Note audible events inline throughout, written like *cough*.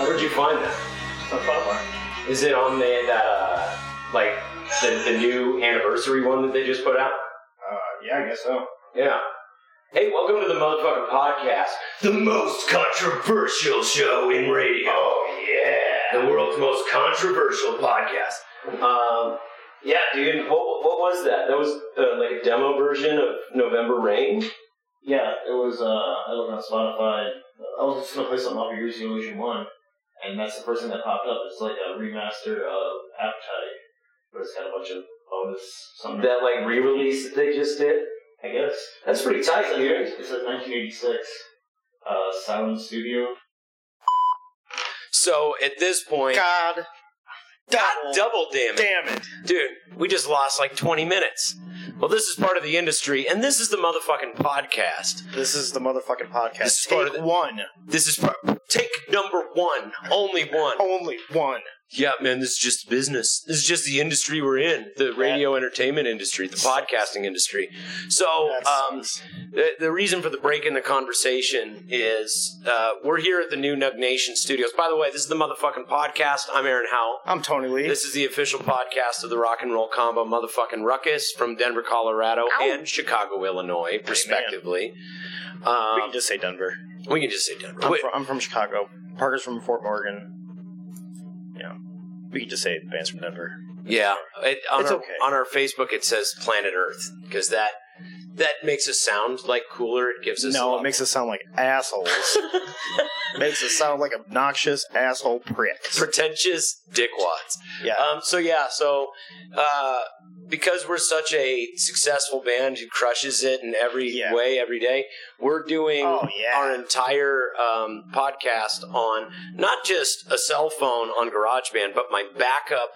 Where'd you find that? A Butler. Is it on the that uh like the, the new anniversary one that they just put out? Uh, yeah, I guess so. Yeah. Hey, welcome to the motherfucking podcast, the most controversial show in radio. Oh yeah, the world's most controversial podcast. Um, yeah, dude, what what was that? That was uh, like a demo version of November Rain. Yeah, it was, uh, I looked on Spotify. I was just gonna play something off of Year's Illusion 1, and that's the first thing that popped up. It's like a remaster of Appetite, but it's got a bunch of bonus something. That like re-release that they just did. I guess. That's pretty tight, dude. It says 1986. Uh, Silent Studio. So at this point, God, God, double damn it, damn it, dude, we just lost like twenty minutes. Well, this is part of the industry, and this is the motherfucking podcast. This is the motherfucking podcast. This is Take part of the- one, This is part, take number one, only one. only one. Yeah, man, this is just business. This is just the industry we're in, the radio entertainment industry, the podcasting industry. So, That um, sucks. the, the reason for the break in the conversation is uh, we're here at the new Nug Nation Studios. By the way, this is the motherfucking podcast. I'm Aaron Howell. I'm Tony Lee. This is the official podcast of the Rock and Roll Combo Motherfucking Ruckus from Denver, Colorado, and Chicago, Illinois, respectively. we Um, can just say Denver. we can just say Denver. I'm, Wait, from, I'm from Chicago. Parker's from Fort Morgan. Yeah, we can just say the band's from Denver. yeah, it, on, It's our, okay. on our Facebook it says Planet Earth because that that makes us sound like cooler. It gives us a No, lot- it makes us sound like *laughs* assholes. makes us sound like obnoxious asshole pricks. pretentious dickwads. Yeah. Um, so yeah, so uh, because we're such a successful band who crushes it in every Yeah. way every day, we're doing Oh, yeah. our entire um, podcast on not just a cell phone on GarageBand, but my backup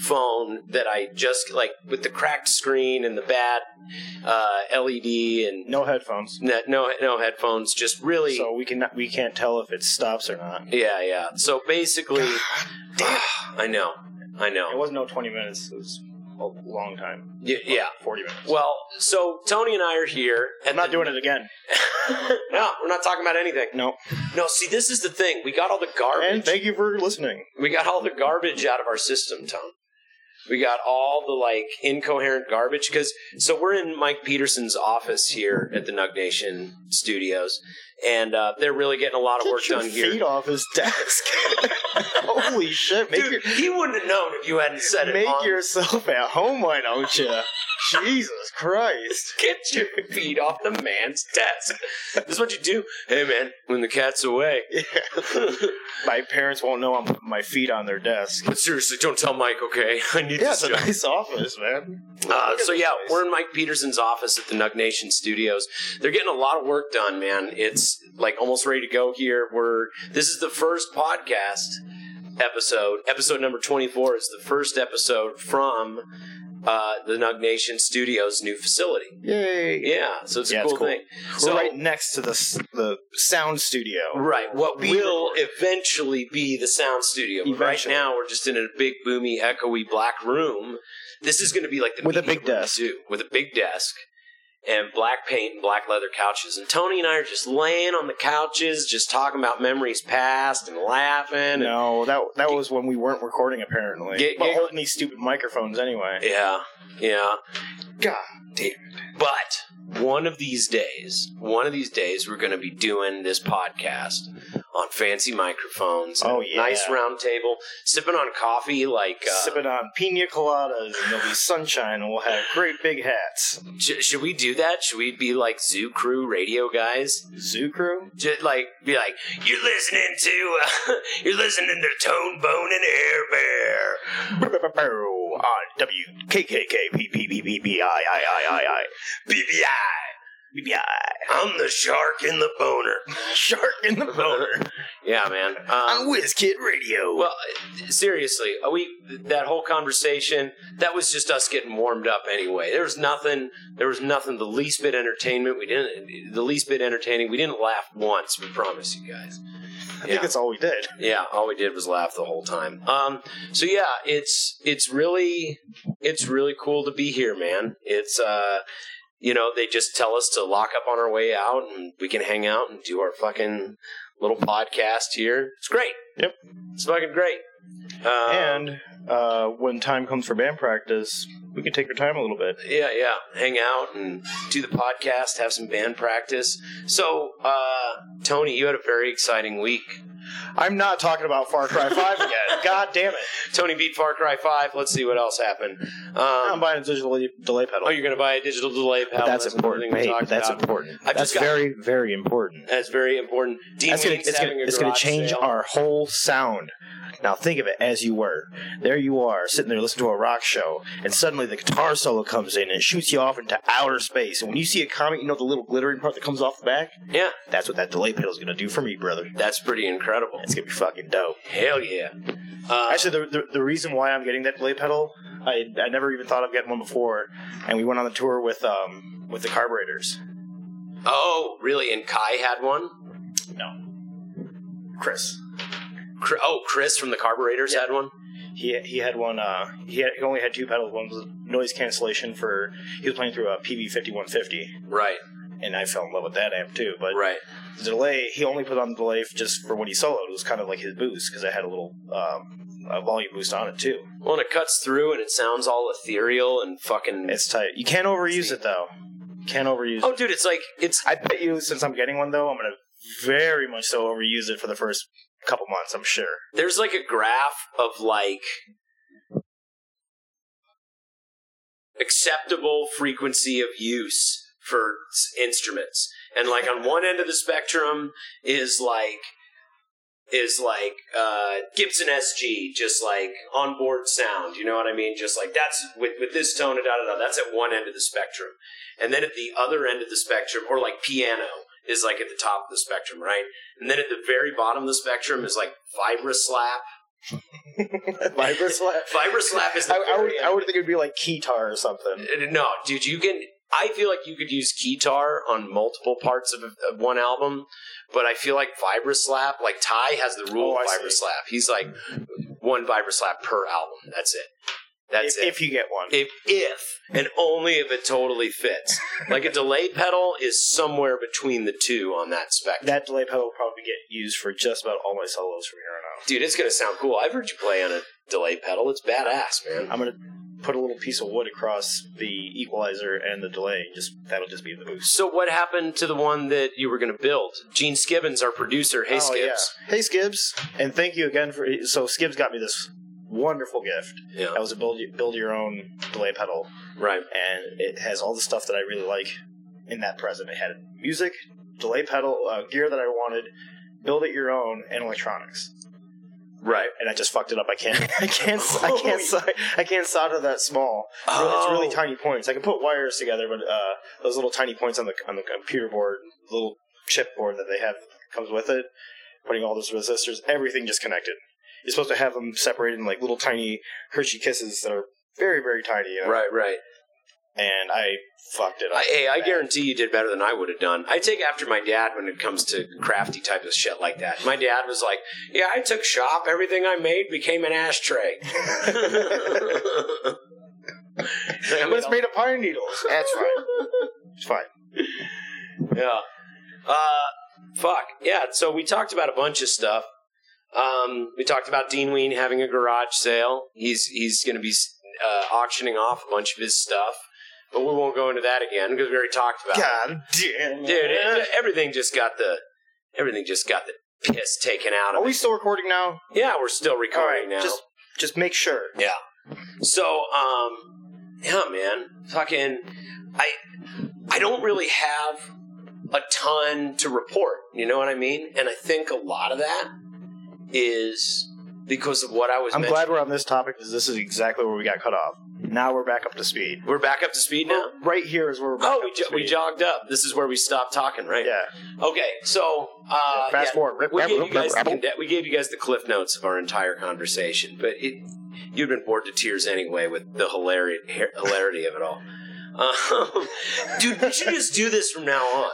phone that I just like with the cracked screen and the bad uh, LED and no headphones, no no, no headphones, just really. so we can we can't tell if it stops or not. yeah, yeah. So basically, damn *sighs* I know, I It know. wasn't no 20 minutes. It was a long time. Y- yeah, 40 minutes. Well, so Tony and I are here. I'm not doing it again. *laughs* no, we're not talking about anything. No. No, see, this is the thing. We got all the garbage. And thank you for listening. we got all the garbage out of our system, Tom. We got all the like incoherent garbage because so we're in Mike Peterson's office here at the Nug Nation Studios, and uh, they're really getting a lot of work Get your done feet here. off *laughs* his desk. Holy shit! Make, Dude, your, he wouldn't have known if you hadn't said it. make on- yourself at home, why don't you? Jesus Christ! Get your feet off the man's desk. this is what you do. Hey, man, when the cat's away. Yeah. My parents won't know I'm putting my feet on their desk. But seriously, don't tell Mike, okay? *laughs* I need Yeah, this it's a job. nice office, man. Uh, so this yeah, place. we're in Mike Peterson's office at the Nug Nation Studios. They're getting a lot of work done, man. It's like almost ready to go here. We're this is the first podcast episode. Episode number twenty four is the first episode from uh, the Nug Nation Studios new facility. Yay! Yeah, so it's Yeah, a it's cool, cool. thing. We're So right next to the s- the sound studio. Right. What Be will eventually be the sound studio. But right Eventually. now, we're just in a big, boomy, echoey black room. This is going to be like the With a meeting big room desk. too, with a big desk and black paint and black leather couches. And Tony and I are just laying on the couches, just talking about memories past and laughing. and- No, that that was when we weren't recording apparently. Get- but get- holding these stupid microphones anyway. yeah, yeah. God. But one of these days, one of these days, we're going to be doing this podcast on fancy microphones. Oh, and a yeah. nice round table, sipping on coffee like uh, Sipping on pina coladas, and there'll be sunshine, and we'll have great big hats. Sh- should we do that? Should we be like Zoo Crew radio guys? Zoo crew. Just like be like you're listening to *laughs* uh, you're listening to Tone Bone and Air Bear on W K K K P P P P P I I I I I BBI BBI. I'm the shark in the boner. *laughs* Shark in the boner Yeah, man. Um, on WizKid Radio. Well, uh, seriously, are we that whole conversation that was just us getting warmed up anyway. There was nothing. There was nothing the least bit entertainment. We didn't the least bit entertaining. We didn't laugh once. We promise you guys. I yeah. think that's all we did. Yeah, all we did was laugh the whole time. Um, so yeah, it's it's really it's really cool to be here, man. It's uh, you know, they just tell us to lock up on our way out, and we can hang out and do our fucking little podcast here. It's great. Yep. it's fucking great. Um, and uh, when time comes for band practice, we can take our time a little bit. yeah, yeah, hang out and do the podcast, have some band practice. So, uh, Tony, you had a very exciting week. I'm not talking about Far Cry *laughs* 5 again. God damn it. Tony beat Far Cry Five. Let's see what else happened. Um, I'm buying a digital delay pedal. Oh, you're going to buy a digital delay But pedal. that's another important. thing we Hey, talked but that's about. important. I've that's just got- very, very important. That's very important. Dean That's gonna, Wayne's it's gonna, having a it's gonna garage change sale. our whole sound. Now think of it as you were. There you are, sitting there listening to a rock show, and suddenly the guitar solo comes in and it shoots you off into outer space. And when you see a comet, you know the little glittering part that comes off the back? Yeah, That's what that delay pedal's gonna do for me, brother. that's pretty incredible. It's gonna be fucking dope. Hell yeah. Uh, Actually, the, the, the reason why I'm getting that delay pedal, I, I never even thought of getting one before, and we went on the tour with um with the carburetors. oh, really? And Kai had one? Chris, Cr- oh, Chris from the Carburetors had one? he he had one. Uh, he had, he only had two pedals. One was noise cancellation for he was playing through a PV fifty one fifty, Right, and I fell in love with that amp too. But right. the delay, he only put on the delay f- just for when he soloed. It was kind of like his boost because I had a little um, a volume boost on it too. Well, and it cuts through and it sounds all ethereal and fucking. It's tight. You can't overuse it though. Can't overuse. oh, it. dude, it's like. it's. I bet you since I'm getting one though, I'm gonna very much so overuse it for the first couple months. *laughs* I'm sure. There's like a graph of like. acceptable frequency of use for s- instruments. And like on one end of the spectrum is like is like uh, Gibson SG, just like onboard sound. You know what I mean? Just like that's with with this tone, da da da. That's at one end of the spectrum, and then at the other end of the spectrum, or like piano is like at the top of the spectrum, right? And then at the very bottom of the spectrum is like vibra slap. Vibra slap. Vibra slap is the *laughs* I, I would very I would think it'd be like guitar or something. Uh, No, dude, you can. I feel like you could use guitar on multiple parts of, of one album, but I feel like vibra slap. Like Ty has the rule Oh, of I vibra see. slap. He's like one vibra slap per album. That's it. That's if, it. if you get one. if if and only if it totally fits. like a delay pedal is somewhere between the two on that spectrum. That delay pedal will probably get used for just about all my solos from here dude, it's gonna sound cool. I've heard you play on a delay pedal. It's badass, man. on out. I'm gonna put a little piece of wood across the equalizer and the delay. Just that'll just be the boost. So what happened to the one that you were going to build? Gene Skibbins, our producer. Hey, Oh, Skibbs. yeah. Hey Skibbs, and thank you again for. So Skibbs got me this wonderful gift. Yeah. That was a build build your own delay pedal, Right. and it has all the stuff that I really like in that present. It had music, delay pedal, uh, gear that I wanted, build it your own, and electronics. Right. and I just fucked it up. I can't, *laughs* I can't, I can't, si- I can't solder that small. Really- It's Oh. really tiny points. I can put wires together, but uh, those little tiny points on the on the computer board, little chip board that they have comes with it. Putting all those resistors, everything just connected. You're supposed to have them separated in like little tiny Hershey kisses that are very very tiny. You know? Right, right. And I fucked it up. I, hey, I guarantee you did better than I would have done. I take after my dad when it comes to crafty type of shit like that. My dad was like, "Yeah, I took shop. Everything I made became an *laughs* ashtray." *laughs* but but it's made of pine needles. That's fine. It's fine. Yeah. Uh, fuck. Yeah. So we talked about a bunch of stuff. Um, we talked about Dean Ween having a garage sale. He's he's going to be uh, auctioning off a bunch of his stuff, but we won't go into that again because we already talked about it. God damn, Dude, it- everything just got the everything just got the piss taken out Are of we it. still recording now? Yeah, we're still recording now. Just, just make sure. Yeah. So, um, yeah, man, fucking, I, I don't really have a ton to report. You know what I mean? And I think a lot of that is because of what I was. I'm mentioning. glad we're on this topic because this is exactly where we got cut off. Now we're back up to speed. We're back up to speed now. We're- Right here is where we're. Back Oh, up we, to jo- we speed. jogged up. This is where we stopped talking, right? Yeah. Okay, so uh, Fast yeah, forward. we gave, you guys the, conde- we gave you guys the cliff notes of our entire conversation, but it you'd been bored to tears anyway with the hilarity hilarity of it all. Um, *laughs* dude, we should just do this from now on,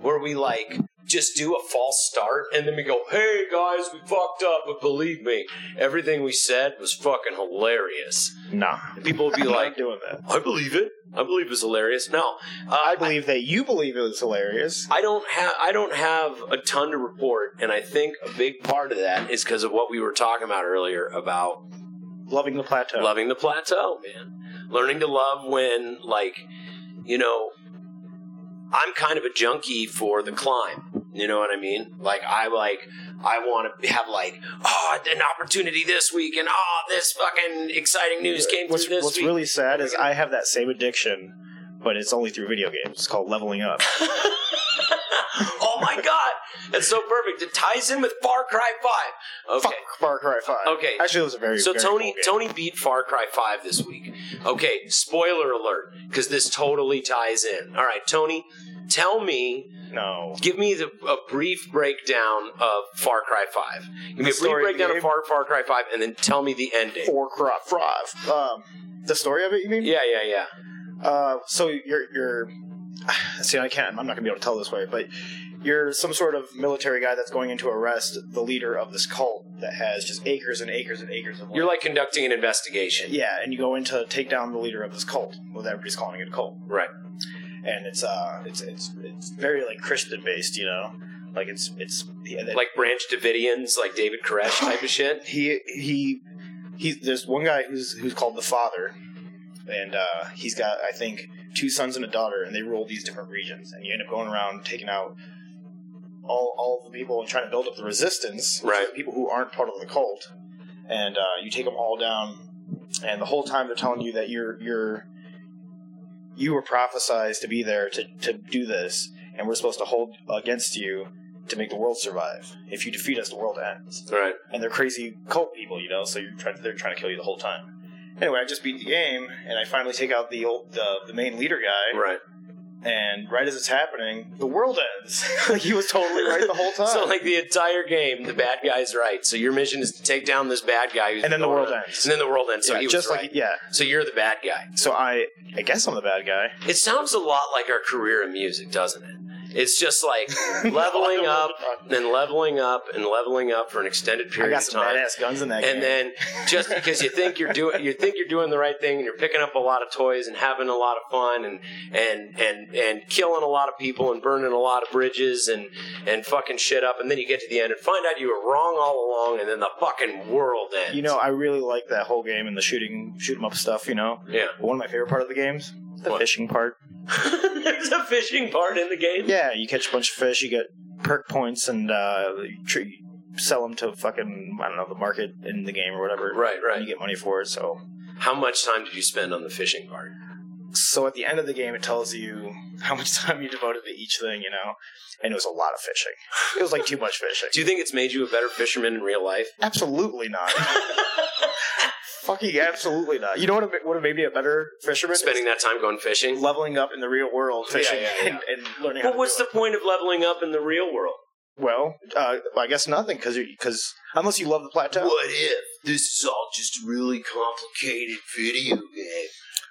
where we like just do a false start and then we go, "Hey guys, we fucked up, but believe me, everything we said was fucking hilarious." Nah. And people *laughs* would be I'm like, not doing that. "I believe it. I believe it's hilarious." No, uh, I believe that you believe it was hilarious. I don't have I don't have a ton to report, and I think a big part of that is because of what we were talking about earlier about Loving the plateau. loving the plateau, man. Learning to love when, like, you know, I'm kind of a junkie for the climb. You know what I mean? Like, I like, I want to have like, oh, an opportunity this week, and oh, this fucking exciting news came what's through this what's week. really sad is I have that same addiction, but it's only through video games. It's called *laughs* leveling up. *laughs* oh my god, that's so perfect. It ties in with Far Cry Five. Okay. Fuck Far Cry Five. Okay. Actually, it was a very So very Tony cool Tony beat Far Cry 5 this week. Okay, spoiler alert cuz this totally ties in. All right, Tony, tell me, game. No. give me the, a brief breakdown of Far Cry 5. Give me a brief story of the breakdown of game? Far, Far Cry 5 and then tell me the ending. Four Cry Five. Um, the story of it, you mean? Yeah, yeah, yeah. Uh, so you're you're. *sighs* See, I can't. I'm not gonna be able to tell this way, but you're some sort of military guy that's going in to arrest the leader of this cult that has just acres and acres and acres of. land. You're like conducting an investigation. Yeah, and you go in to take down the leader of this cult. Well, everybody's calling it a cult, Right. and it's uh, it's it's it's very like Christian based, you know, like it's it's yeah, that- Like Branch Davidians, like David Koresh type of shit. he he he. There's one guy who's who's called the father, and uh, he's got I think two sons and a daughter, and they rule these different regions, and you end up going around taking out. All, all the people and trying to build up the resistance, which are Right. the people who aren't part of the cult, and uh, you take them all down. And the whole time they're telling you that you're you're you were prophesized to be there to, to do this, and we're supposed to hold against you to make the world survive. If you defeat us, the world ends. Right. And they're crazy cult people, you know. So you're trying they're trying to kill you the whole time. Anyway, I just beat the game, and I finally take out the old the, the main leader guy. Right. And right as it's happening, the world ends. *laughs* Like, he was totally right the whole *laughs* time. So like the entire game, the bad guy's right. So your mission is to take down this bad guy who's and then the going world on- ends. And then the world ends. So yeah, he was just right. like yeah. So you're the bad guy. So I I guess I'm the bad guy. It sounds a lot like our career in music, doesn't it? It's just *laughs* like leveling up and leveling up and leveling up for an extended I period got of some time. badass guns in that game. And then just because you think you're doing you think you're doing the right thing and you're picking up a lot of toys and having a lot of fun and and and and killing a lot of people and burning a lot of bridges and and fucking shit up and then you get to the end and find out you were wrong all along and then the fucking world ends. You know, I really like that whole game and the shooting, shoot 'em up stuff. You know, yeah. *laughs* But one of my favorite part of the games, the What? fishing part. There's a fishing part in the game. Yeah, you catch a bunch of fish, you get perk points, and uh, you tr- you sell them to fucking I don't know the market in the game or whatever. Right, And right. you get money for it. So, How much time did you spend on the fishing part? so at the end of the game, it tells you how much *laughs* time you devoted to each thing. You know, and it was a lot of fishing. It was like too much fishing. Do you think it's made you a better fisherman in real life? *laughs* Absolutely not. Fucking absolutely not. You know what would have made me a better fisherman? Spending that time going fishing? leveling up in the real world, fishing yeah, yeah. And, and learning how But to what's do the point of leveling up in the real world? it. well? Uh, well, I guess nothing because because unless you love the plateau, What if this is all just a really complicated video game?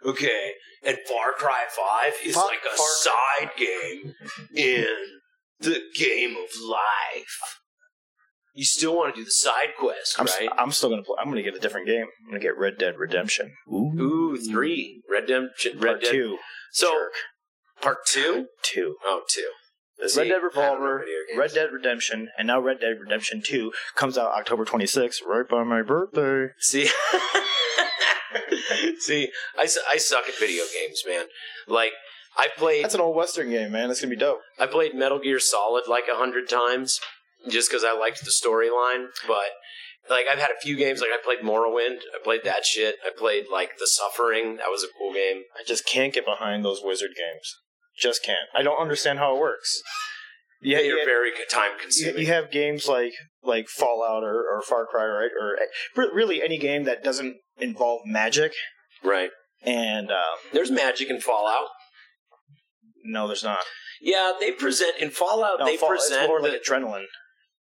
Okay, and Far Cry 5 is Far- like a Far- side game in the game of life. You still want to do the side quest, I'm, s- right? I'm still gonna play. I'm gonna get a different game. I'm gonna get Red Dead Redemption. Ooh, Ooh, three. Red Dead. Red part Dead. two, So, Jerk. part two? two. Oh, two. Red See, Dead I don't know Revolver, video games. Red Dead Redemption, and now Red Dead Redemption Two comes out October 26th, right by my birthday. See, *laughs* see, I, su- I suck at video games, man. Like I played That's an old western game, man. It's gonna be dope. I played Metal Gear Solid like a hundred times just because I liked the storyline. But like I've had a few games like I played Morrowind, I played that shit. I played like The Suffering. That was a cool game. I just can't get behind those wizard games. Just can't. I don't understand how it works. Yeah, They are yeah. very time you, consuming. you have games like like Fallout or, or Far Cry, right? Or eh, re- really any game that doesn't involve magic Right. And uh, There's magic in Fallout. no, there's not. Yeah, they present in Fallout. No, they fall, it's present more the- like adrenaline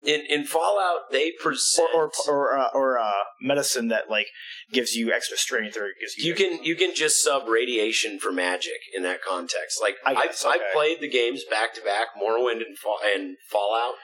in in Fallout. They present or or or, uh, or uh, medicine that like gives you extra strength or gives you. you can you can just sub radiation for magic in that context. Like I I have guess, I've okay. played the games back to back, Morrowind and, Fall, and Fallout,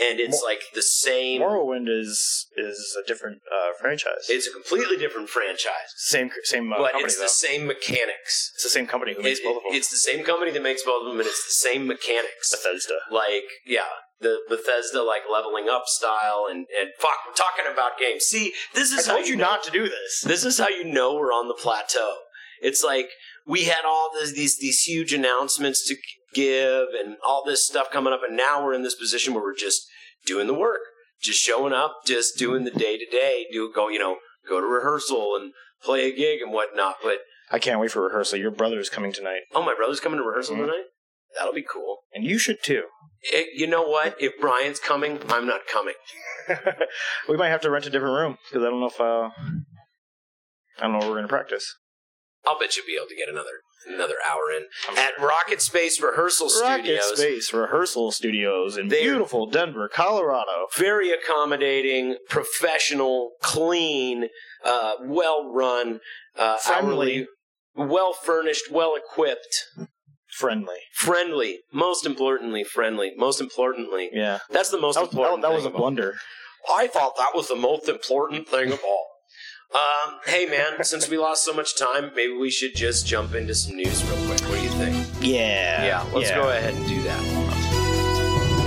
and it's Mor- like the same. Morrowind is is a different uh, franchise. It's a completely different franchise, same same uh, but company it's though. the same mechanics. it's the same company who makes It- both of them. It's the same company that makes both of them, and it's the same mechanics. Bethesda. like yeah the bethesda like leveling up style and and fuck we're talking about games see this I is how told you you know, not to do this. this is how you know we're on the plateau it's like we had all this, these these huge announcements to give and all this stuff coming up and now we're in this position where we're just doing the work just showing up just doing the day to day do go you know go to rehearsal and play a gig and whatnot but I can't wait for rehearsal. Your brother is coming tonight, oh my brother's coming to rehearsal Mhm. tonight that'll be cool and you should too. *laughs* Eh, you know what if brian's coming i'm not coming we might have to rent a different room because I don't know if uh, I don't know where we're gonna practice. I'll bet you'll be able to get another another hour in at Rocket Space Rehearsal Rocket Studios. Space Rehearsal Studios in They're- beautiful Denver, Colorado. Very accommodating, professional, clean, uh, well run, uh, Friendly. well furnished, well equipped, Friendly. friendly. Most importantly, friendly. Most importantly, Yeah. that's the most That was, important. that was thing of a all. blunder. I thought that was the most important thing of all. Um, hey man, since we lost so much time, maybe we should just jump into some news real quick. What do you think? Yeah. Yeah, let's go ahead and do that.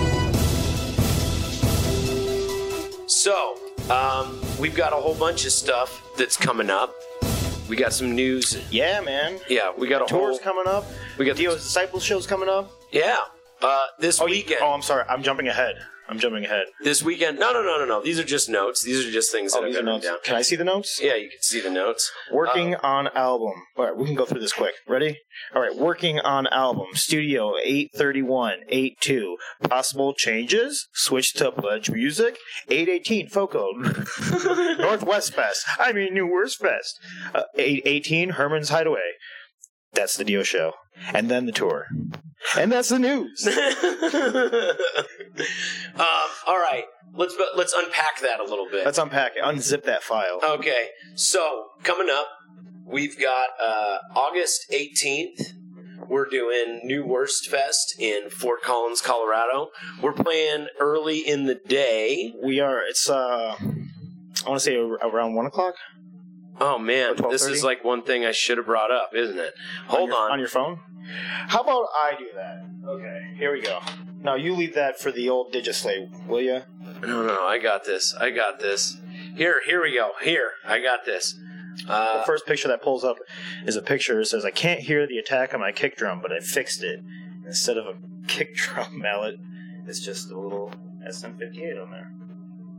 So, um, we've got a whole bunch of stuff that's coming up. We got some news. Yeah, man. Yeah, we got a Tour's whole. coming up. We got Dio's Disciples show's coming up. yeah. Uh, this weekend. Oh, I'm sorry. I'm jumping ahead. I'm jumping ahead. This weekend. No, no, no, no, no. These are just notes. These are just things that Oh, I've these are written notes. down. Can I see the notes? Yeah, you can see the notes. *laughs* Working on album. All right, we can go through this quick. Ready? All right, working on album. Studio 831, 82. Possible changes. Switch to Pledge Music. 818, Foco. *laughs* Northwest Fest. I mean, New Worst Fest. Uh, 818, Herman's Hideaway. That's the Dio show. And then the tour. And that's the news. um, all right. Let's let's unpack that a little bit. Let's unpack it. Unzip that file. Okay, so coming up, we've got uh, August 18th. We're doing New Worst Fest in Fort Collins, Colorado. We're playing early in the day. We are, it's, uh, I want to say ar- around 1 o'clock. Oh man, Or this is 12:30? like one thing I should have brought up, isn't it? Hold your- on. on your phone. How about I do that? Okay. Here we go. Now you leave that for the old Digislay, will you? No, no, I got this. I got this. Here, here we go. Here, I got this. the Uh, first picture that pulls up is a picture that says, "I can't hear the attack on my kick drum, but I fixed it." Instead of a *laughs* kick drum mallet, it's just a little SM58 on there.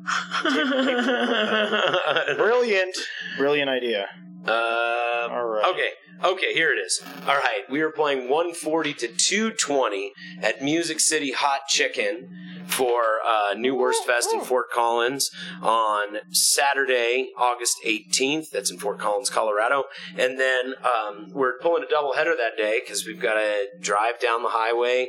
*laughs* *laughs* Brilliant, brilliant idea. um, All right. Okay, okay, here it is. All right, we are playing 140 to 220 at Music City Hot Chicken for uh, New Worst Fest in Fort Collins on Saturday, August 18th. That's in Fort Collins, Colorado. And then um, we're pulling a doubleheader that day because we've got to drive down the highway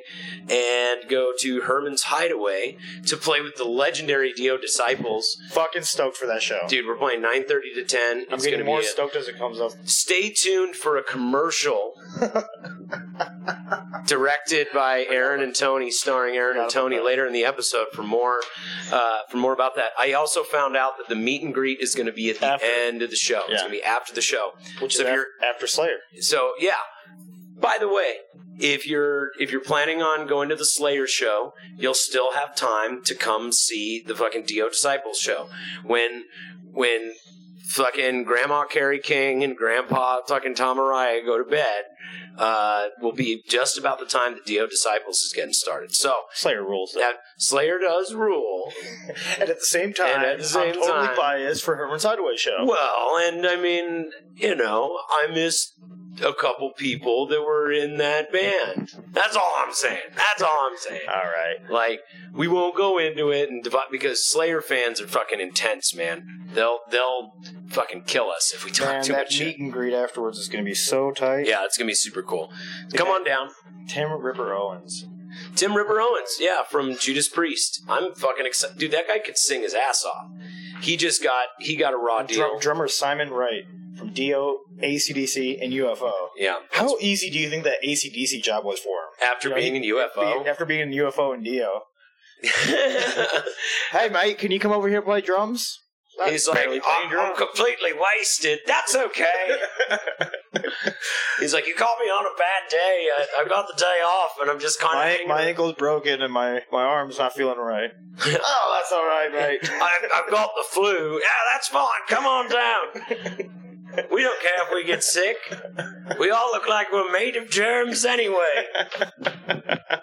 and go to Herman's Hideaway to play with the legendary Dio Disciples. Fucking stoked for that show. Dude, we're playing 9:30 to 10. I'm it's going getting to more be a- stoked as it comes up. Stay tuned for a commercial directed by Aaron and Tony, starring Aaron and Forgot about Tony that. later in the episode for more uh, for more about that. I also found out that the meet and greet is going to be at the After. end of the show. It's Yeah. going to be after the show. Which So is if af- you're- after Slayer. So yeah. By the way, if you're if you're planning on going to the Slayer show, you'll still have time to come see the fucking Dio Disciples show. When when fucking Grandma Carrie King and Grandpa fucking Tom Araya go to bed, uh, will be just about the time the Dio Disciples is getting started. So Slayer rules. though. that Slayer does rule. And at the same time, And at the same I'm totally time- biased for Herman's Hideaway show. Well, and I mean, you know, I miss a couple people that were in that band. That's all I'm saying. That's all I'm saying. All right. Like we won't go into it and divide because Slayer fans are fucking intense, man. They'll they'll fucking kill us if we talk Man, too that much shit. meet and greet afterwards is going to be so tight. Yeah, it's gonna be super cool. Come on down, Tim Ripper Owens. Tim Ripper Owens. Yeah, from Judas Priest. I'm fucking excited, dude. That guy could sing his ass off. He just got he got a raw Drum, deal. drummer Simon Wright from Dio, ACDC, and UFO. Yeah, How easy do you think that ACDC job was for him? after You know, being in Be- UFO. After being in UFO and Dio. Hey, mate, can you come over here and play drums? *laughs* He's like, barely playing I'm, I'm completely wasted. That's *laughs* okay. He's like, you caught me on a bad day. I, I got the day off, and I'm just kind of. My, my ankle's broken and my, my arm's not *laughs* feeling right. oh, that's all right, mate. I've, I've got the flu. Yeah, that's fine. Come on down. We don't care if we get sick. We all look like we're made of germs anyway.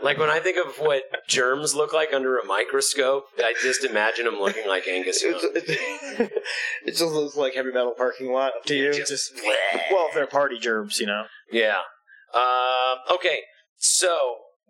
Like when I think of what germs look like under a microscope, I just imagine them looking like Angus. Young. It's, it's, *laughs* it just looks like heavy metal parking lot to you. Just- *laughs* Just- well, if they're party germs, you know. Yeah. Uh, okay. So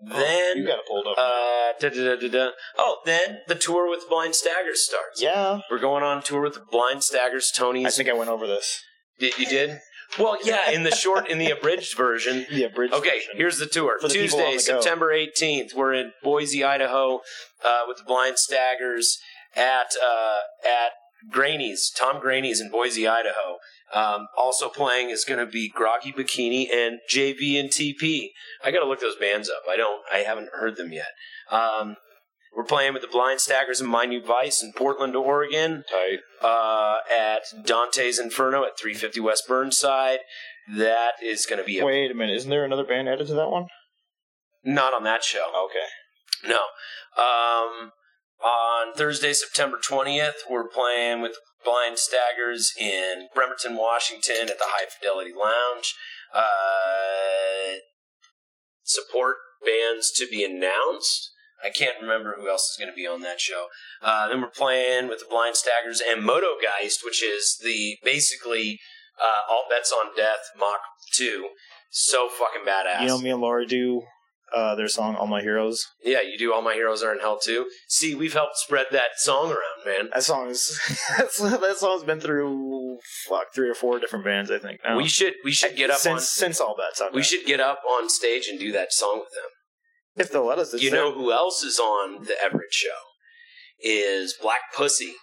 Oh, You then, got it pulled up. uh, da, da, da, da, da. oh, then the tour with Blind Staggers starts. yeah. We're going on tour with the Blind Staggers. Tony's. I think I went over this. Did- you did. Well, yeah. In the short, in the abridged version. The abridged Okay, version. here's the tour. For the people on Tuesday, the go. September 18th. We're in Boise, Idaho, uh, with the Blind Staggers at uh, at Graney's, Tom Graney's in Boise, Idaho. Um, also playing is going to be Groggy Bikini and JV and TP. I got to look those bands up. I don't. I haven't heard them yet. Um, we're playing with the Blind Staggers and My New Vice in Portland, Oregon Tight. uh, at Dante's Inferno at 350 West Burnside. That is going to be a, Wait a minute. Isn't there another band added to that one? not on that show. Okay. No. Um, on Thursday, September 20th, we're playing with Blind Staggers in Bremerton, Washington at the High Fidelity Lounge. Uh, support bands to be announced. I can't remember who else is going to be on that show. Uh, then we're playing with the Blind Staggers and Motogeist, which is the basically uh, All Bets on Death Mach 2. So fucking badass. You know, me and Laura do uh, their song "All My Heroes." Yeah, you do. All my heroes are in hell too. See, we've helped spread that song around, man. That song is *laughs* that's, that song's been through fuck three or four different bands, I think. now. We should we should get up Oh. on since since all that's on. we that. should get up on stage and do that song with them. if they'll let us. It's You their- know who else is on the Everett show? Is Black Pussy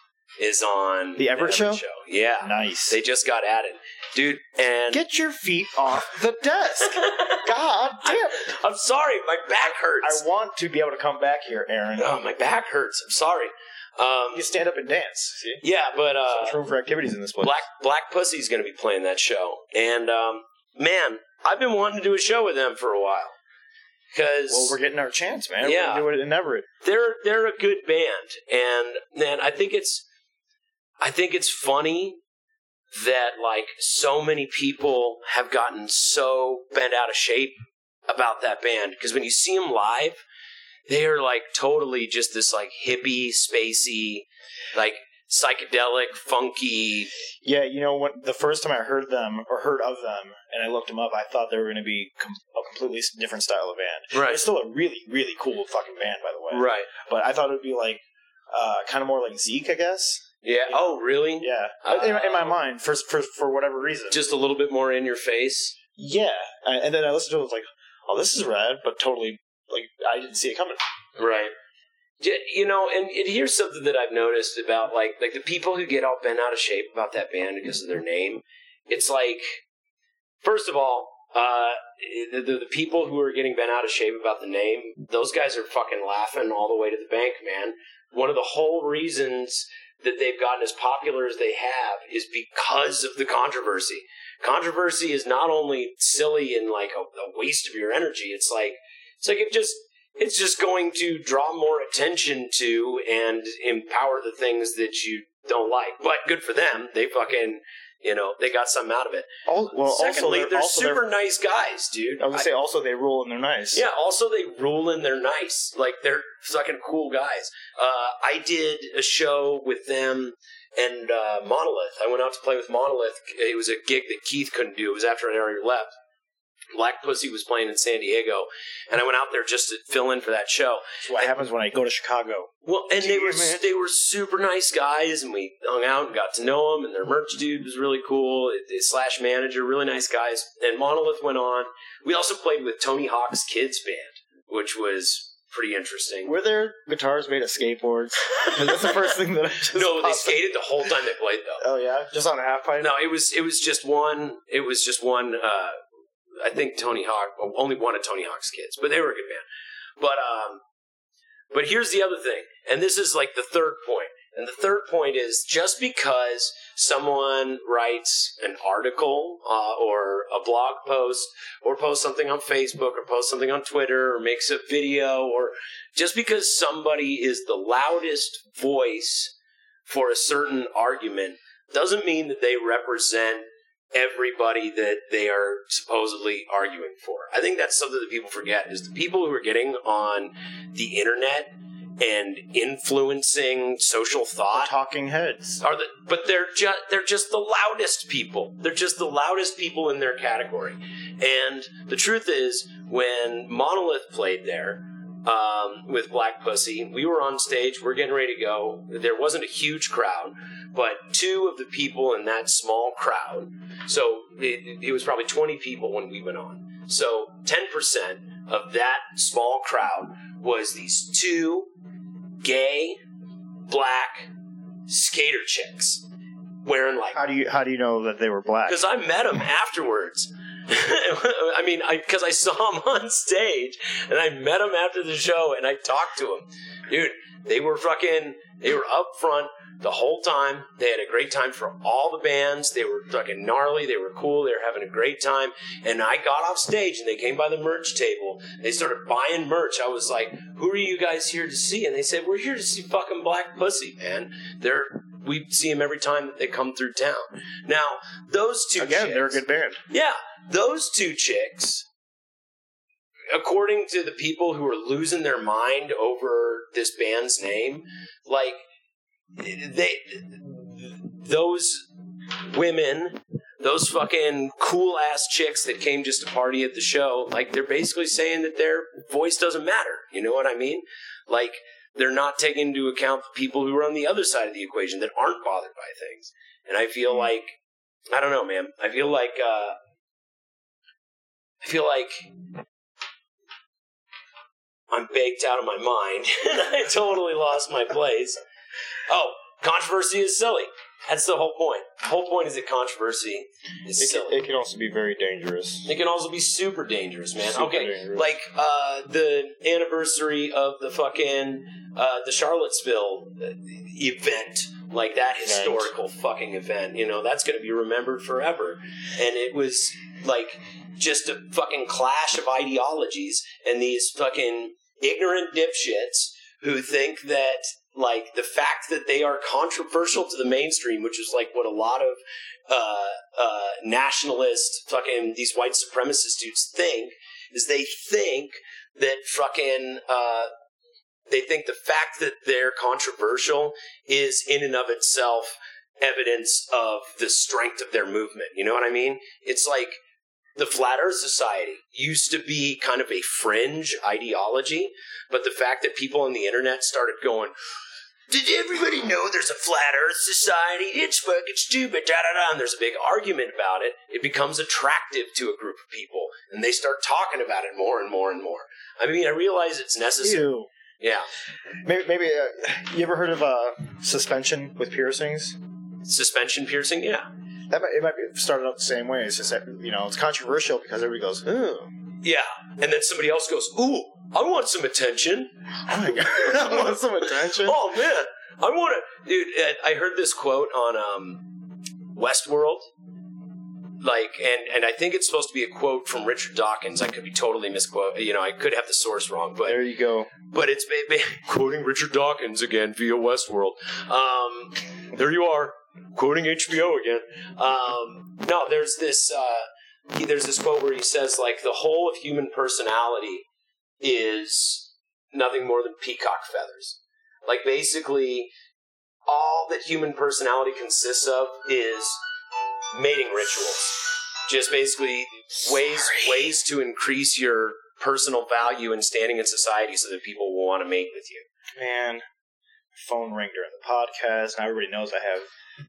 is on The Everett Show? Yeah, nice. they just got added, dude. And get your feet off the desk. God damn it! *laughs* I'm sorry, my back I hurts. want to be able to come back here, Aaron. oh, my back hurts. I'm sorry. You Um, stand up and dance. See, yeah, but so uh, much room for activities in this place. Black Black Pussy's going to be playing that show, and um, man, I've been wanting to do a show with them for a while because Well, we're getting our chance, man. Yeah. We're gonna do it in Everett. they're they're a good band, and man, I think it's I think it's funny that like so many people have gotten so bent out of shape about that band because when you see them live, they are like totally just this like hippie, spacey, like psychedelic, funky. Yeah, you know, when the first time I heard them or heard of them, and I looked them up, I thought they were going to be com- a completely s- different style of band. Right. They're still a really, really cool fucking band, by the way. Right. But I thought it would be like uh, kind of more like Zeke, I guess. Yeah. Oh, really? Yeah. Uh, in, in my mind, for for for whatever reason. Just a little bit more in your face. yeah. I, and then I listened to it, I was like, oh, this is rad, but totally like I didn't see it coming. Right. Y- You know, and, and here's something that I've noticed about like like the people who get all bent out of shape about that band because of their name. It's like, first of all, uh, the, the, the people who are getting bent out of shape about the name, those guys are fucking laughing all the way to the bank, man. One of the whole reasons that they've gotten as popular as they have is because of the controversy. Controversy is not only silly and like a, a waste of your energy. It's like it's like it just it's just going to draw more attention to and empower the things that you don't like. But good for them. They fucking, you know, they got something out of it. Al- well, Secondly, also they're also super nice guys, dude. I was gonna I- say also they rule and they're nice. yeah, also they rule and they're nice. Like they're fucking cool guys. Uh, I did a show with them and uh, Monolith. I went out to play with Monolith. It was a gig that Keith couldn't do. It was after I already left. Black Pussy was playing in San Diego, and I went out there just to fill in for that show. That's what happens when I go to Chicago. Well, and they were Damn it. they were super nice guys, and we hung out and got to know them. And their merch dude was really cool. it- it- slash manager, really nice guys. And Monolith went on. We also played with Tony Hawk's Kids Band, which was pretty interesting. Were there guitars made of skateboards? 'Cause that's the first thing that I just *laughs* no, they popped- skated the whole time they played though. Oh yeah, just on a half pipe. No, it was it was just one. It was just one. Uh, I think Tony Hawk. well, Only one of Tony Hawk's kids, but they were a good band. But um, but here's the other thing, and this is like the third point. And the third point is just because someone writes an article uh, or a blog post or posts something on Facebook or posts something on Twitter or makes a video or just because somebody is the loudest voice for a certain argument doesn't mean that they represent everybody that they are supposedly arguing for. I think that's something that people forget is the people who are getting on the internet and influencing social They're thought Talking heads. are the but they're just they're just the loudest people. They're just the loudest people in their category. And the truth is, when Monolith played there um, with Black Pussy, we were on stage. We're getting ready to go. There wasn't a huge crowd, but two of the people in that small crowd. So it, it was probably twenty people when we went on. So ten percent of that small crowd was these two gay black skater chicks wearing like How do you how do you know that they were black? because I met him afterwards. *laughs* I mean, because I, saw him on stage and I met him after the show and I talked to him. Dude, they were fucking, they were up front the whole time. They had a great time for all the bands. They were fucking gnarly. They were cool. They were having a great time. And I got off stage and they came by the merch table. They started buying merch. I was like, who are you guys here to see? And they said, we're here to see fucking Black Pussy, man. They're, we see them every time that they come through town. Now, those two Again, chicks, they're a good band. yeah, those two chicks, according to the people who are losing their mind over this band's name, like they, those women, those fucking cool ass chicks that came just to party at the show, like they're basically saying that their voice doesn't matter. You know what I mean? Like they're not taking into account the people who are on the other side of the equation that aren't bothered by things. And I Mm. feel like I don't know, man. I feel like uh I feel like I'm baked out of my mind. *laughs* I totally lost my place. Oh, controversy is silly. That's the whole point. The whole point is that controversy is It silly. can, it can also be very dangerous. It can also be super dangerous, man. Super okay, dangerous. like uh, the anniversary of the fucking uh, the Charlottesville uh, event, like that historical fucking event. You know that's going to be remembered forever. And it was like just a fucking clash of ideologies and these fucking ignorant dipshits who think that like the fact that they are controversial to the mainstream, which is like what a lot of uh, uh, nationalist fucking these white supremacist dudes think is they think that fucking uh, they think the fact that they're controversial is in and of itself evidence of the strength of their movement. You know what I mean? It's like the Flat Earth Society used to be kind of a fringe ideology, but the fact that people on the internet started going, did everybody know there's a flat Earth society? It's fucking stupid. Da da da. And there's a big argument about it. It becomes attractive to a group of people, and they start talking about it more and more and more. I mean, I realize it's necessary. Ew. Yeah, Maybe, maybe uh, you ever heard of uh, suspension with piercings? suspension piercing. Yeah, That might, it might be started out the same way. It's just that you know it's controversial because everybody goes, "Ooh, Oh yeah. And then somebody else goes, "Ooh, I want some attention." oh my god, *laughs* I want some attention." Oh man, I want to, dude. uh, I heard this quote on um, Westworld, like, and and I think it's supposed to be a quote from Richard Dawkins. I could be totally misquote. You know, I could have the source wrong, but There you go. but it's ba- ba- *laughs* quoting Richard Dawkins again via Westworld. Um, there you are, quoting HBO again. Um, no, there's this uh, there's this quote where he says like the whole of human personality is nothing more than peacock feathers. Like basically, all that human personality consists of is mating rituals. just basically ways ways to increase your personal value and standing in society so that people will want to mate with you. Man, phone ring during the podcast. Now everybody knows I have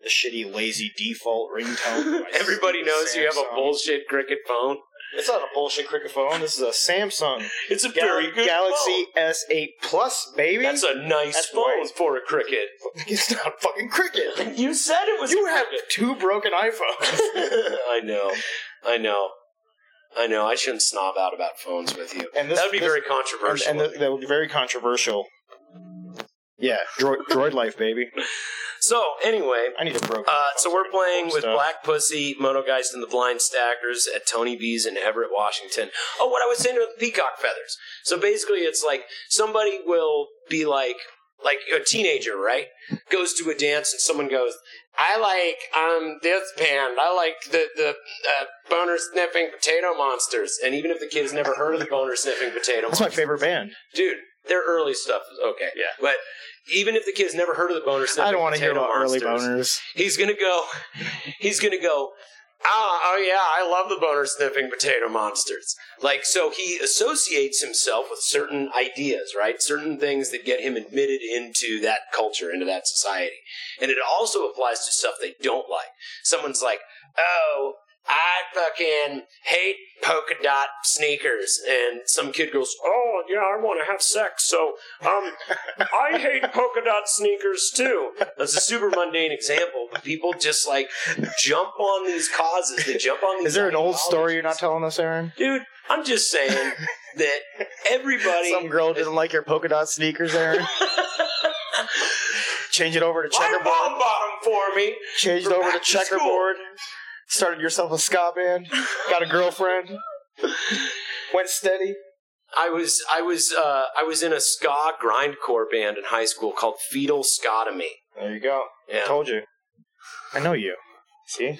the shitty, lazy default *laughs* ringtone. for my Everybody knows you have a Samsung. bullshit cricket phone. It's not a bullshit cricket phone. This is a *laughs* Samsung It's a Gal- very good Galaxy phone. S8 Plus, baby. That's a nice That's phone nice. for a cricket. *laughs* it's not fucking *laughs* cricket. You said it was. You have two *laughs* broken iPhones. I know. I know. I know. I shouldn't snob out about phones with you. And this- that would be this- very controversial. and that that would be very controversial. Yeah, droid, droid life, baby. so anyway, I need a broken. Uh, iPhone so we're I can playing record with stuff. Black Pussy, Monogeist, and the Blind Stackers at Tony B's in Everett, Washington. Oh, what I was saying with peacock feathers. So basically, it's like somebody will be like, like a teenager, right? Goes to a dance and someone goes, "I like um this band. I like the the uh, boner sniffing potato monsters." And even if the kid has never heard of the boner sniffing potato, That's monsters, my favorite band. dude. Their early stuff, is okay, yeah. But even if the kid's never heard of the boner sniffing, I don't want to hear potato about early monsters, boners. He's gonna go. He's gonna go. Ah, oh yeah, I love the boner sniffing potato monsters. Like, so he associates himself with certain ideas, right? Certain things that get him admitted into that culture, into that society. And it also applies to stuff they don't like. Someone's like, oh, I fucking hate polka dot sneakers. And some kid goes, oh, yeah, I want to have sex. So, um, *laughs* I hate polka dot sneakers too. That's a super mundane example, but people just like jump on these causes. They jump on these. Is there an old story you're not ideologies. telling us, Aaron? Dude, I'm just *laughs* saying that everybody. Some girl doesn't like your polka dot *laughs* sneakers, Aaron. Change it over to My checkerboard. mom bought 'em for me. Changed for over to back to school. checkerboard. Started yourself a ska band. Got a girlfriend. Went steady. I was I was uh, I was in a ska grindcore band in high school called Fetal Scotomy. There you go. Yeah. Told you. I know you. See?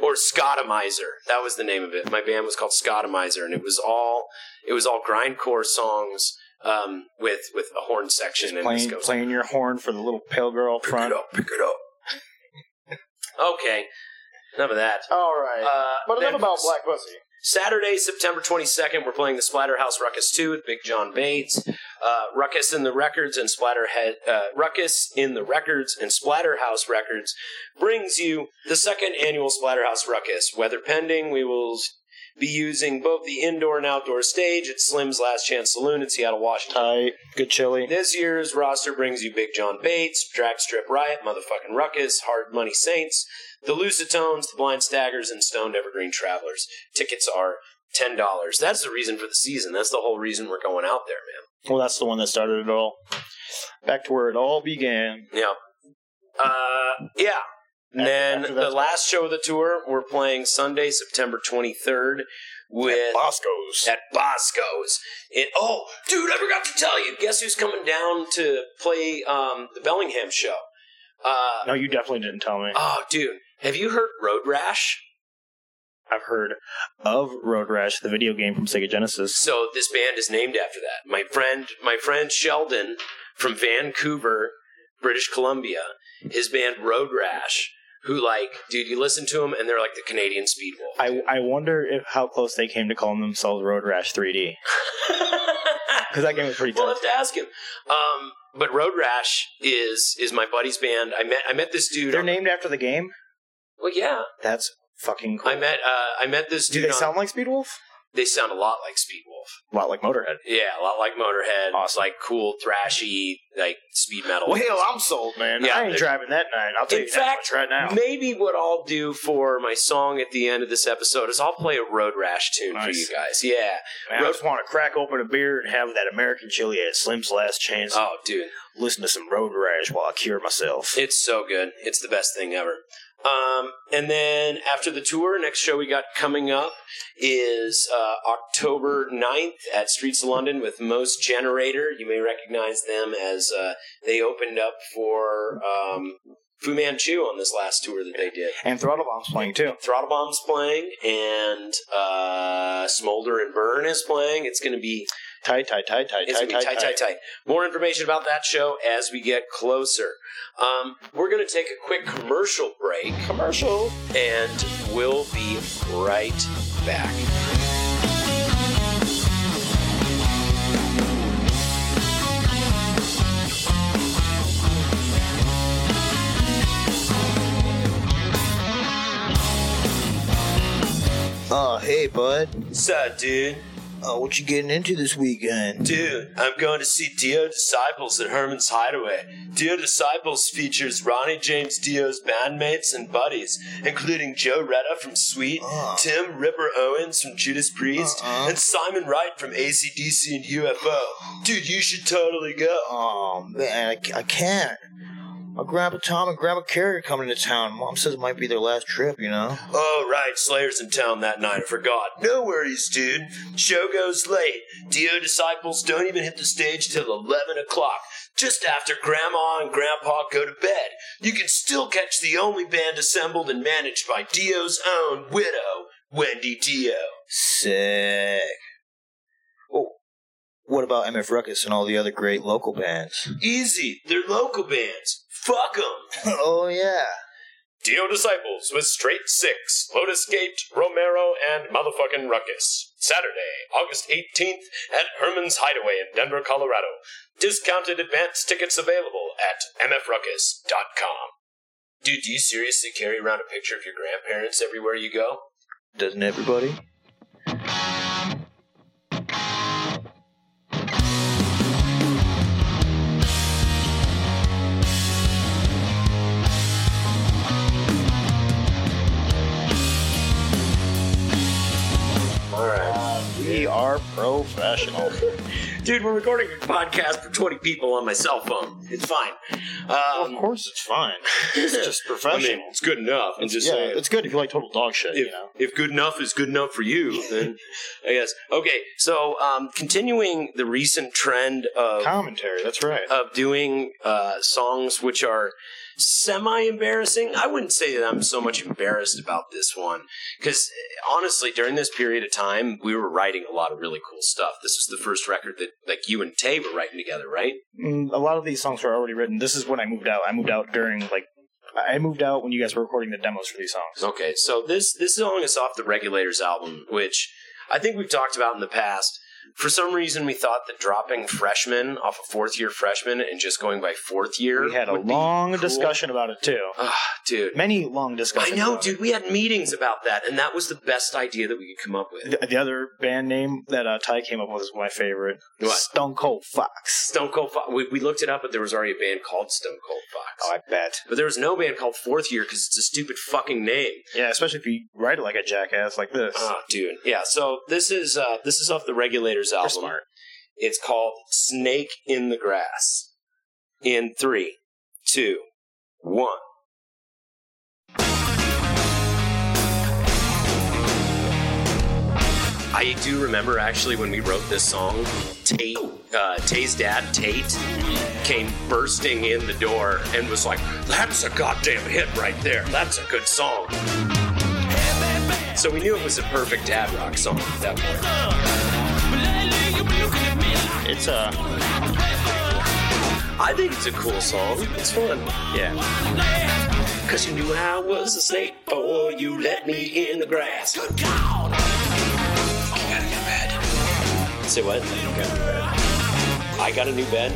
or Scotomizer. That was the name of it. My band was called Scotomizer, and it was all it was all grindcore songs um, with with a horn section and Playing, disco. playing your horn for the little pale girl up Pick it front. up, pick it up. *laughs* Okay, enough of that. All right. Uh, but enough then about Black Pussy. Saturday, September 22nd, we're playing the Splatterhouse Ruckus 2 with Big John Bates. Uh, Ruckus in the Records and Splatterhead, uh, Ruckus in the Records and Splatterhouse Records brings you the second annual Splatterhouse Ruckus. Weather pending, we will be using both the indoor and outdoor stage at Slim's Last Chance Saloon in Seattle, Washington. Tight. Good chili. This year's roster brings you Big John Bates, Drag Strip Riot, Motherfucking Ruckus, Hard Money Saints, The Lucitones, The Blind Staggers, and Stoned Evergreen Travelers. Tickets are $10. That's the reason for the season. That's the whole reason we're going out there, man. Well, that's the one that started it all. Back to where it all began. Yeah. Uh, yeah. And then after the that's- last show of the tour, we're playing Sunday, September 23rd with. Bosco's. at Bosco's. It, oh, dude, I forgot to tell you. Guess who's coming down to play um, the Bellingham show? Uh, No, you definitely didn't tell me. oh, dude, have you heard Road Rash? I've heard of Road Rash, the video game from Sega Genesis. So this band is named after that. My friend, my friend Sheldon from Vancouver, British Columbia, his band Road Rash. Who like, dude? You listen to them, and they're like the Canadian *laughs* Speedwolf. I, I wonder if how close they came to calling themselves Road Rash 3D because that game was pretty We'll tough. have to ask him. Um, but Road Rash is is my buddy's band. I met I met this dude. They're on- named after the game. Well, yeah. That's fucking cool. I met uh, I met this Do dude. they on- sound like Speedwolf? they sound a lot like Speedwolf. A lot like Motorhead. Yeah, a lot like Motorhead. Awesome. Like cool, thrashy, like speed metal. I'm sold, man. Yeah, I ain't they're- driving that night. I'll tell In you fact, that much right now. Maybe what I'll do for my song at the end of this episode is I'll play a Road Rash tune for Nice. you guys. Yeah. Man, I just want to crack open a beer and have that American chili at Slim's Last Chance. Oh, dude, Listen to some Road Rash while I cure myself. it's so good. It's the best thing ever. Um, and then after the tour, next show we got coming up is uh, October 9th at Streets of London with Most Generator. You may recognize them as uh, they opened up for um, Fu Manchu on this last tour that they did. And Throttle Bomb's playing too. Throttle Bomb's playing, and uh, Smolder and Burn is playing. It's going to be Tie, tie, tie, tie, It's tie, gonna be tie, tight, tight, tight. More information about that show as we get closer. Um, we're gonna take a quick commercial break, Commercial. and we'll be right back. Uh, Oh, hey, bud. So, dude, Uh, what you getting into this weekend? dude, I'm going to see Dio Disciples at Herman's Hideaway. Dio Disciples features Ronnie James Dio's bandmates and buddies, including Joe Retta from Sweet, Oh. Tim Ripper Owens from Judas Priest, Uh-uh. and Simon Wright from ACDC and UFO. Dude, you should totally go. Oh, man, I, ca- I can't. My grandpa Tom and grandpa Carrie are coming to town. Mom says it might be their last trip, you know? Oh, right, Slayer's in town that night, I forgot. No worries, dude. Show goes late. Dio disciples don't even hit the stage till 11 o'clock, just after Grandma and Grandpa go to bed. You can still catch the only band assembled and managed by Dio's own widow, Wendy Dio. Sick. Oh, what about MF Ruckus and all the other great local *laughs* bands? Easy, they're local bands. Fuck 'em. oh, yeah. Dio Disciples with Straight Six, Lotus Gate, Romero, and Motherfucking Ruckus. Saturday, August 18th at Herman's Hideaway in Denver, Colorado. Discounted advance tickets available at mfruckus.com. Dude, do you seriously carry around a picture of your grandparents everywhere you go? Doesn't everybody? We are professional. Dude, we're recording a podcast for 20 people on my cell phone. It's fine. Um, of course, it's fine. *laughs* It's just professional. it's good enough. I'm just yeah, it's good if you like total dog shit. *laughs* if, you know, if good enough is good enough for you, then *laughs* I guess. Okay, so um, continuing the recent trend of commentary. That's right. of doing uh, songs which are semi embarrassing. I wouldn't say that I'm so much embarrassed about this one because honestly, during this period of time, we were writing a lot of really cool stuff. This was the first record that like you and Tay were writing together, right? Mm, a lot of these songs were already written. This is when I moved out. I moved out during like I moved out when you guys were recording the demos for these songs. Okay, so this this song is off the Regulators album, which I think we've talked about in the past. For some reason, we thought that dropping freshmen off a fourth year freshman and just going by fourth year. We had a would be long cool. discussion about it too. Ah, dude. Many long I discussions. know, about it. dude. We had meetings about that, and that was the best idea that we could come up with. The, the other band name that uh, Ty came up with is my favorite. What? Stone Cold Fox. Stone Cold Fox. We, we looked it up, but there was already a band called Stone Cold Fox. Oh, I bet. but there was no band called Fourth Year because it's a stupid fucking name. Yeah, especially if you write it like a jackass like this. Oh, dude. Yeah. So this is uh, this is off the Regulators album. smart. It's called Snake in the Grass. In three, two, one. I do remember actually when we wrote this song, Tate, uh, Tay's dad, Tate, came bursting in the door and was like, That's a goddamn hit right there. That's a good song. So we knew it was a perfect dad rock song at that point. It's uh, I think it's a cool song. It's fun. yeah. Cause you knew I was a snake before you let me in the grass. Good God! You gotta get bed. Say what? I got a new bed.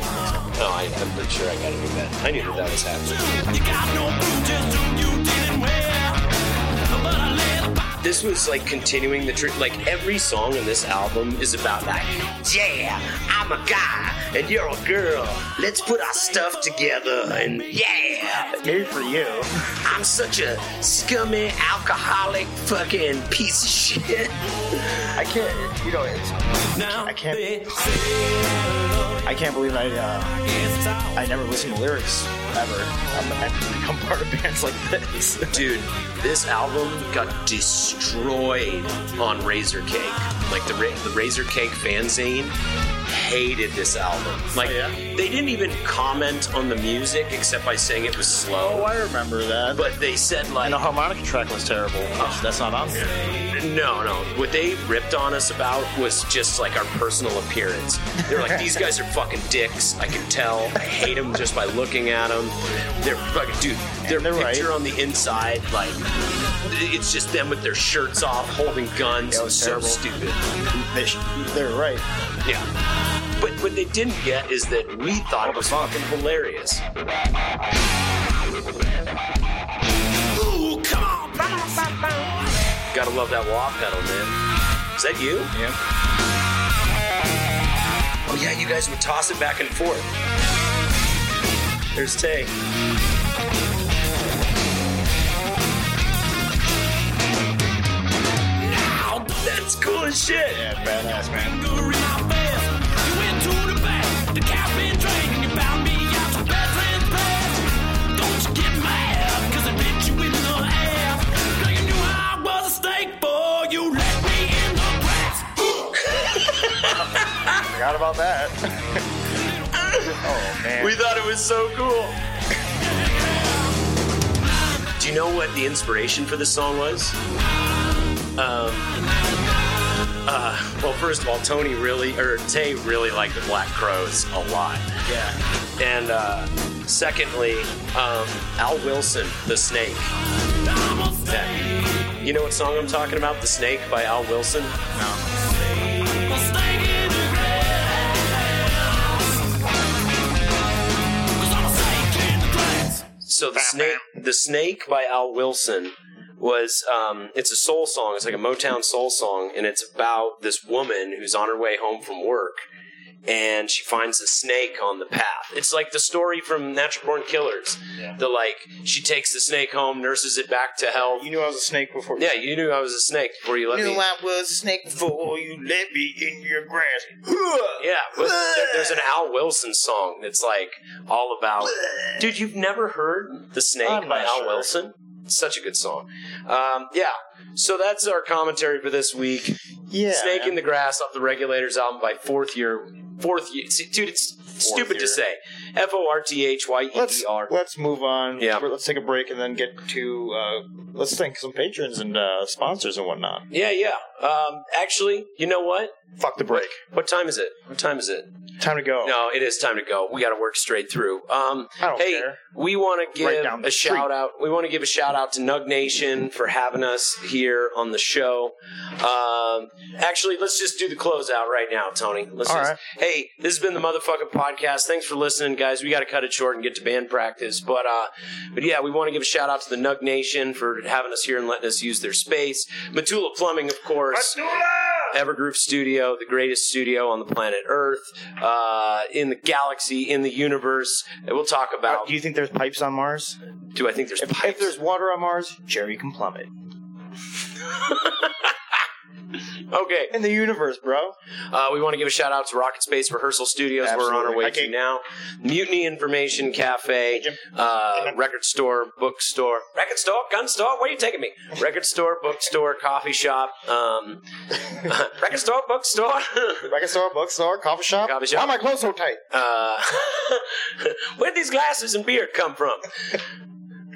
No, I, I'm pretty sure I got a new bed. I knew that that was happening. This was like continuing the trip. Like every song in this album is about like, yeah, I'm a guy and you're a girl. Let's put our stuff together and yeah. Maybe for you. I'm such a scummy, alcoholic, fucking piece of shit. *laughs* I can't. You know, it's, Now I can't- I can't believe I uh, I never listened to lyrics ever. I'm, I've become part of bands like this. Dude, this album got destroyed on Razor Cake. Like the Ra- the Razor Cake fanzine hated this album. Like Oh, yeah? they didn't even comment on the music except by saying it was slow. Oh, I remember that. But they said like Oh. And the harmonica track was terrible. That's not on here. No, no. What they ripped on us about was just like our personal appearance. They're like, these guys are fucking dicks. I can tell. I hate them just by looking at them. They're fucking, dude, their And they're right. picture on the inside, like, it's just them with their shirts off, holding guns. Yeah, It's it was so terrible. stupid. They sh- they're right. Yeah. But what they didn't get is that we thought it was fucking hilarious. Ooh, come on! Gotta love that wah pedal, man. Is that you? Yeah. Oh yeah, you guys would toss it back and forth. There's Tay. Now that's cool as shit. Yeah, badass man. Forgot about that. oh man. We thought it was so cool. Do you know what the inspiration for this song was? Um, uh, well, first of all, Tony really, or Tay really liked the Black Crows a lot. yeah. And uh, secondly, um, Al Wilson, The Snake. Yeah. You know what song I'm talking about? The Snake by Al Wilson? So the snake, the snake by Al Wilson was um, it's a soul song. It's like a Motown soul song, and it's about this woman who's on her way home from work, and she finds a snake on the path. It's like the story from Natural Born Killers. The like she takes the snake home, nurses it back to health. You knew I was a snake before. Yeah, you knew I was a snake before you let Knew me. I was a snake before you let me in your grass. Yeah, but there- there's an Al Wilson song that's like all about. Dude, you've never heard "The Snake" I'm by not Al sure. Wilson? Such a good song. Um, yeah, so that's our commentary for this week. Yeah. "Snake in the Grass" off the Regulators album by Fourth Year. Fourth Year, see, dude, it's stupid to Year. say. F O R T H Y E Let's E R. let's move on. Yeah. We're- Let's take a break and then get to uh, let's thank some patrons and uh, sponsors and whatnot. Yeah, yeah. Um, actually, you know what? Fuck the break. What time is it? What time is it? Time to go. No, it is time to go. We got to work straight through. Um, I don't hey, care. we want to give Right down the a street. shout out. We want to give a shout out to Nug Nation for having us here on the show. Um, actually, let's just do the closeout right now, Tony. Let's All just, right. Hey, this has been the motherfucking podcast. Thanks for listening, guys. We got to cut it short and get to band practice. But uh, but yeah, we want to give a shout out to the Nug Nation for having us here and letting us use their space. Matula Plumbing, of course. Evergroup Studio, the greatest studio on the planet Earth, uh, in the galaxy, in the universe. And We'll talk about. Do you think there's pipes on Mars? Do I think there's If, um, pipes? if there's water on Mars, Jerry can plumb it. okay. In the universe, bro. Uh, we want to give a shout out to Rocket Space Rehearsal Studios. We're on our Absolutely. way Okay. to now. Mutiny Information Cafe, Jim. uh, Jim. record store, bookstore, record store, gun store. Where are you taking me? Record store, bookstore, coffee shop, um, *laughs* record store, bookstore. *laughs* Record store, bookstore, coffee shop. Coffee shop. Why am I clothes so tight? Uh, *laughs* where'd these glasses and beard come from?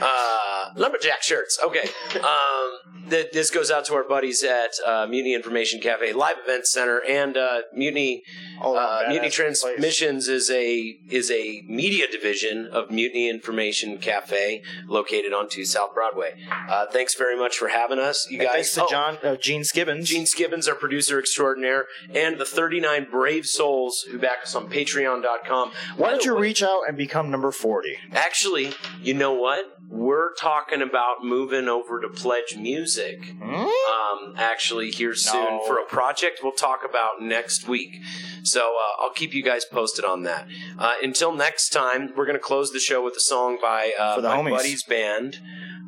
Uh, lumberjack shirts. Okay. Um, th- this goes out to our buddies at uh, Mutiny Information Cafe, Live Event Center, and uh, Mutiny Oh, uh, badass Mutiny place. Transmissions is a is a media division of Mutiny Information Cafe, located on Two South Broadway. Uh, thanks very much for having us, you And guys. Thanks to Oh, John uh, Gene Skibbins. Gene Skibbins, our producer extraordinaire, and the 39 brave souls who back us on Patreon.com. Why don't you read? reach out and become number forty? Actually, you know what? We're talking about moving over to Pledge Music. Um, actually, here soon Hmm? No. for a project we'll talk about next week. So uh, I'll keep you guys posted on that. Uh, until next time, we're going to close the show with a song by uh, For the my homies. buddy's band,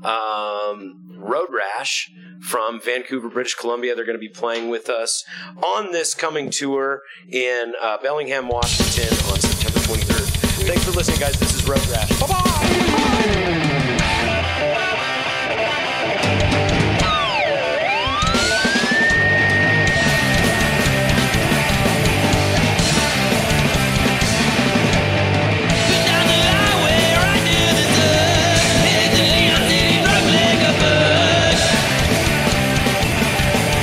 um, Road Rash from Vancouver, British Columbia. They're going to be playing with us on this coming tour in uh, Bellingham, Washington on September 23rd. Thanks for listening, guys. This is Road Rash. Thank